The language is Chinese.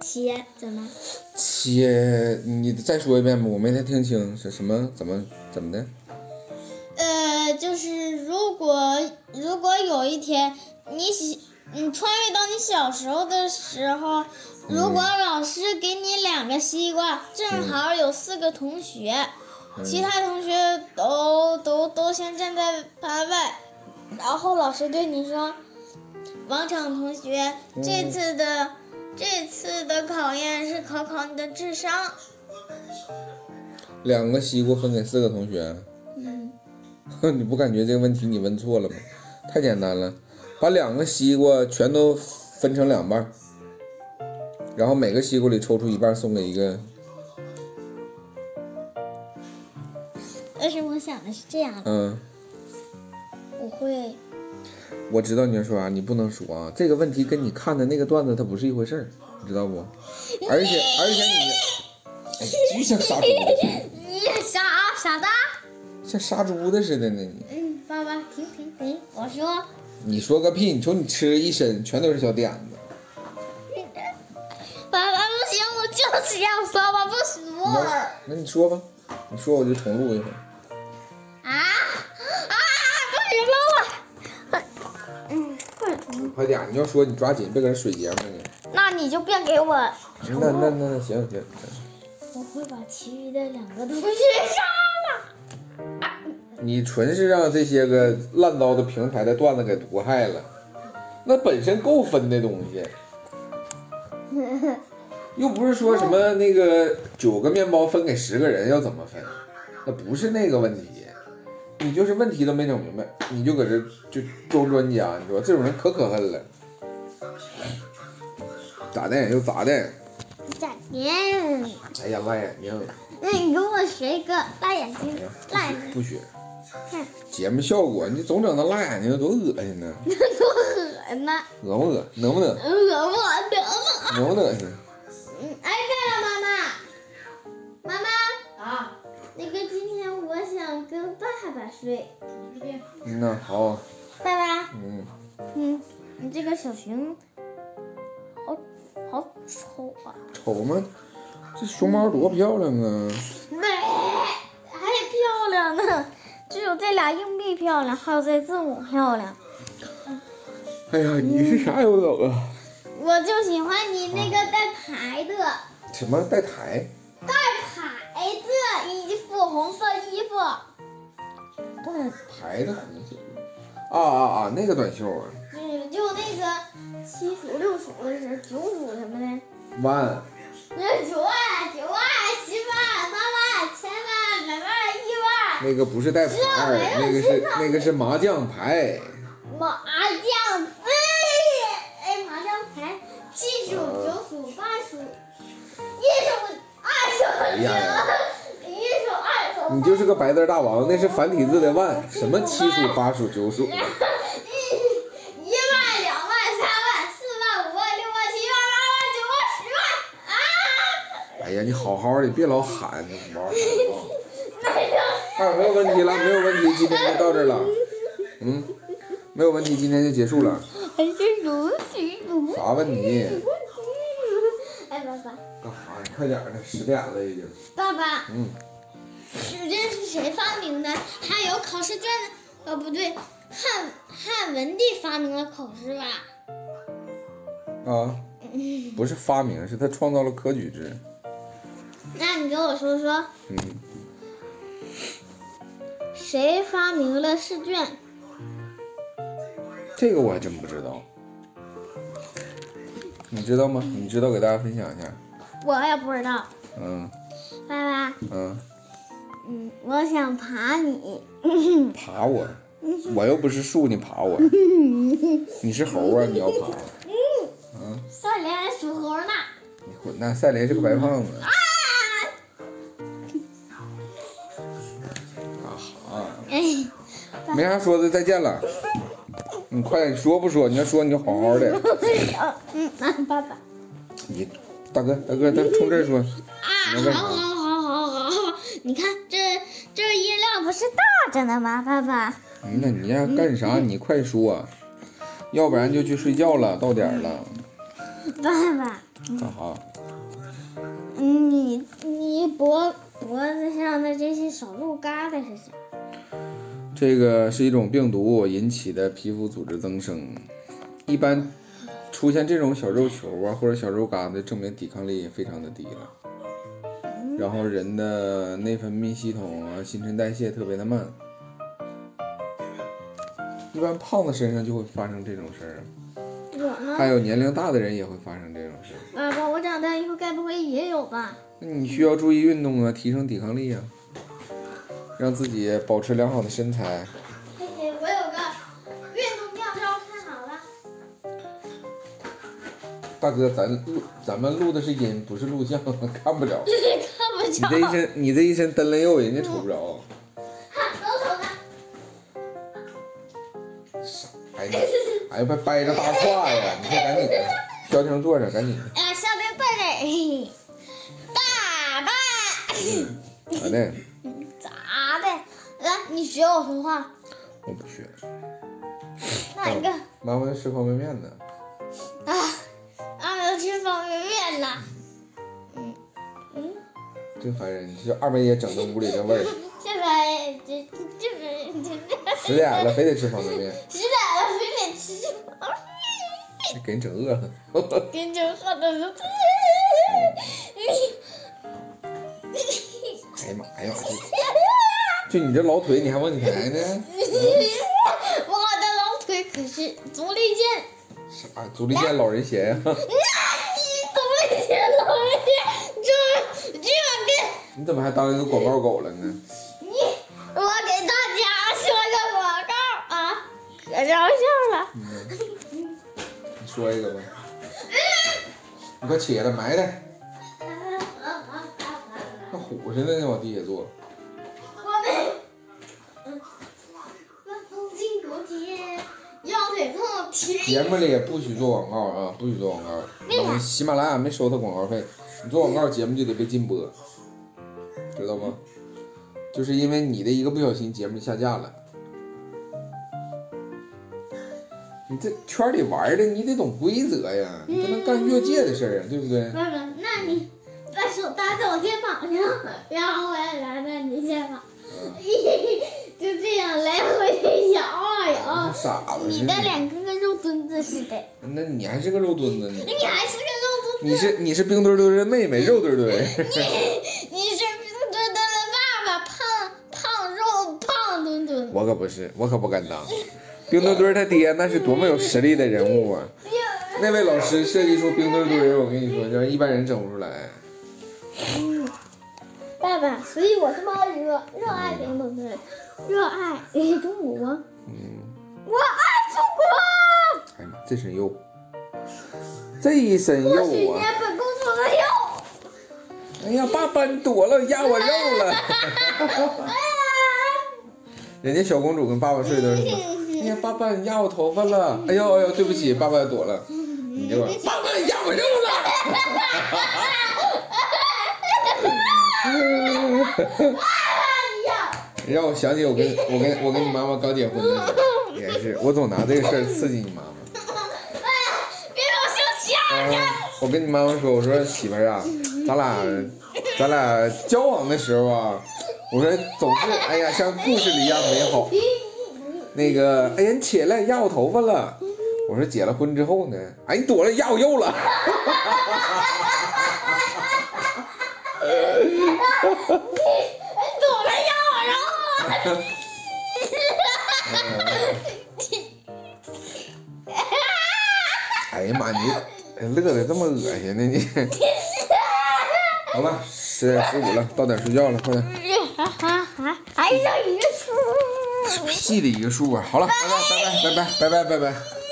切怎么？切，你再说一遍吧，我没太听清是什么，怎么怎么的？呃，就是如果如果有一天你喜你穿越到你小时候的时候，如果老师给你两个西瓜，正好有四个同学，嗯其他同学都都都先站在班外，然后老师对你说：“王昶同学，这次的这次的考验是考考你的智商。两个西瓜分给四个同学， 嗯，哼，你不感觉这个问题你问错了吗？太简单了，把两个西瓜全都分成两半儿，然后每个西瓜里抽出一半儿送给一个。但是我想的是这样的，嗯，我会我知道你要说啥、你不能说啊。这个问题跟你看的那个段子它不是一回事儿，你知道不？而且而且你，哎，就像杀猪的似的，你傻傻的。像杀猪的似的呢你。嗯，爸爸停停停，我说，你说个屁！你瞅你吃一身全都是小点子。爸爸不行，我就是要说，我不啊你说要那你说吧，你说我就重录一回。啊啊！不行了，我，嗯，快停快点儿，你要说你抓紧，别搁这水节目呢。那你就别给我，那那那那行行，我会把其余的两个同学杀了。你纯是让这些个烂糟的平台的段子给毒害了，那本身够分的东西，又不是说什么那个九个面包分给十个人要怎么分，那不是那个问题，你就是问题都没整明白，你就搁这就周专家，你说这种人可可恨了，咋的又咋的？咋的？哎呀，辣眼睛，那你给我学一个辣眼睛哎呀，辣眼睛，不学哼，节目效果，你总整那辣眼睛，多恶心 呢！多恶心呐！恶不恶？能不能？恶嗯我得了。能不能？嗯，哎，对了，妈妈，妈妈，啊，那个今天我想跟爸爸睡。你这边嗯呐，好，爸爸，嗯，嗯，你这个小熊，好好丑啊！瞅吗？这熊猫多漂亮啊！没，还漂亮呢，只有这俩硬币漂亮，还有这字母漂亮。哎呀，你是啥也不懂啊？我就喜欢你那个带牌的，什么带台？带牌的衣服，红色衣服。带台的红色。啊啊啊！那个短袖啊，嗯，就那个七数六数的时候，九数什么的，弯。那九万九万十万八万千万百万亿那个不是带牌儿，那个是那个是麻将牌。万，麻将牌，哎，麻将牌，七数九数八数，一数二数哎呀，一数二数你就是个白字大王，那是繁体字的万，什么七数八数九数。一万两万三万四万五万六万七万八万九万十万啊！啊哎呀，你好好的，别老喊，你玩儿啊。没有。啊，没有问题了，没有问题，今天就到这儿了。嗯，没有问题，今天就结束了。还是如此如啥问题？ 哎，爸爸，干啥呀？快点儿的，十点了已经。爸爸，嗯，史这是谁发明的？还有考试卷的，哦，不对，汉汉文帝发明了考试吧？ 啊，不是发明，是他创造了科举制。那你给我说说，嗯，谁发明了试卷？这个我还真不知道。你知道吗？你知道给大家分享一下。我也不知道。嗯爸爸，嗯，嗯，我想爬你，爬我，我又不是树，你爬我。你是猴啊，你要爬。嗯，少年还属猴呢。你混蛋！赛雷是个白胖子。干啥呀？哎，啊没啥说的，再见了。你快点说不说？你要说你就好好的。嗯，啊，爸爸，你大哥大哥，咱冲这儿说。啊，你好要干好啥？好好好好，你看这这音量不是大着呢吗？爸爸，嗯那你要干啥？你啊快说，要不然就去睡觉了，到点儿了。爸爸，正好，你你脖脖子上的这些小肉疙瘩是啥？这个是一种病毒引起的皮肤组织增生，一般出现这种小肉球啊或者小肉疙瘩，证明抵抗力非常的低了。然后人的内分泌系统啊，新陈代谢特别的慢，一般胖子身上就会发生这种事儿啊。我呢？还有年龄大的人也会发生这种事。爸爸，我长大以后该不会也有吧？那你需要注意运动啊，提升抵抗力啊，让自己保持良好的身材。嘿嘿，我有个运动妙招，看好了。大哥，咱录咱们录的是音，不是录像， 看不着。看不你这一身你这一身蹬了又，人家瞅不着。啊看，都瞅他。哎呀，哎呀，别掰着大胯呀！你快赶紧的，消停坐着，赶紧。啊，下边笨嘞，爸爸，咋的？咋的？来，你学我说话。我不学。那你个妈妈吃方便面呢。啊，俺们要吃方便面了。真烦人！你这二百也整的屋里的味儿，这边这这这边这边十点了非得吃方便面，十点了，非得吃方便面，给人整饿了。跟着喝的不对。哎呀妈呀！就你这老腿，你还往你抬 呢？我的老腿可是足力健，啊，足力健老人鞋啊呀、 足力健老人健，这这个你怎么还当一个广告狗了呢？你，我给大家说个广告啊，可招笑了。嗯你说一个吧。你快起来，埋汰！那虎似的，就往地下坐。我们，嗯，那风筋骨贴，腰腿痛节贴。目里也不许做广告啊，不许做广告。我们喜马拉雅没收他广告费，你做广告节目就得被禁播，知道吗？就是因为你的一个不小心，节目下架了。你这圈里玩的，你得懂规则呀，你不能干越界的事儿嗯啊，对不对？爸爸，那你把手搭在我肩膀上，然后我也来在你肩膀，就这样来回摇啊像摇。傻子似哦你的的。脸跟个肉墩子似的，那你还是个肉墩子呢？你还是个肉啊你是你是冰墩墩的妹妹，肉墩 墩。墩，你是墩墩的爸爸，胖胖肉胖墩墩。我可不是，我可不敢当。冰墩墩他爹那是多么有实力的人物啊！那位老师设计出冰墩墩，我跟你说，让一般人整不出来。爸爸，所以我这么热热爱冰墩墩，热爱中国，嗯，我爱中国。哎呀妈，这身肉，这一身肉啊！本公主的肉。哎呀，爸爸你躲了，压我肉了。 人家小公主跟爸爸睡的时候，哎呀，爸爸你压我头发了。哎呦哎呦，对不起，爸爸躲了。你这玩意儿，爸爸你压我肉了。让我想起我跟我跟我跟你妈妈刚结婚的时候，也是，我总拿这个事儿刺激你妈哎妈。别让我生气啊！然后我跟你妈妈说，我说媳妇儿啊，咱俩咱俩交往的时候啊，我说总是哎呀像故事里一样美好。那个哎呀你起来压我头发了，我说结了婚之后呢，哎你躲了压我肉了。走了呀，然后哎呀妈，你哎乐的这么恶心呢你！好了，十点十五了，到点睡觉了，快点。哈哈哈！哎呀，一个出。屁的一个数啊！好了，拜拜拜拜拜拜拜拜拜拜。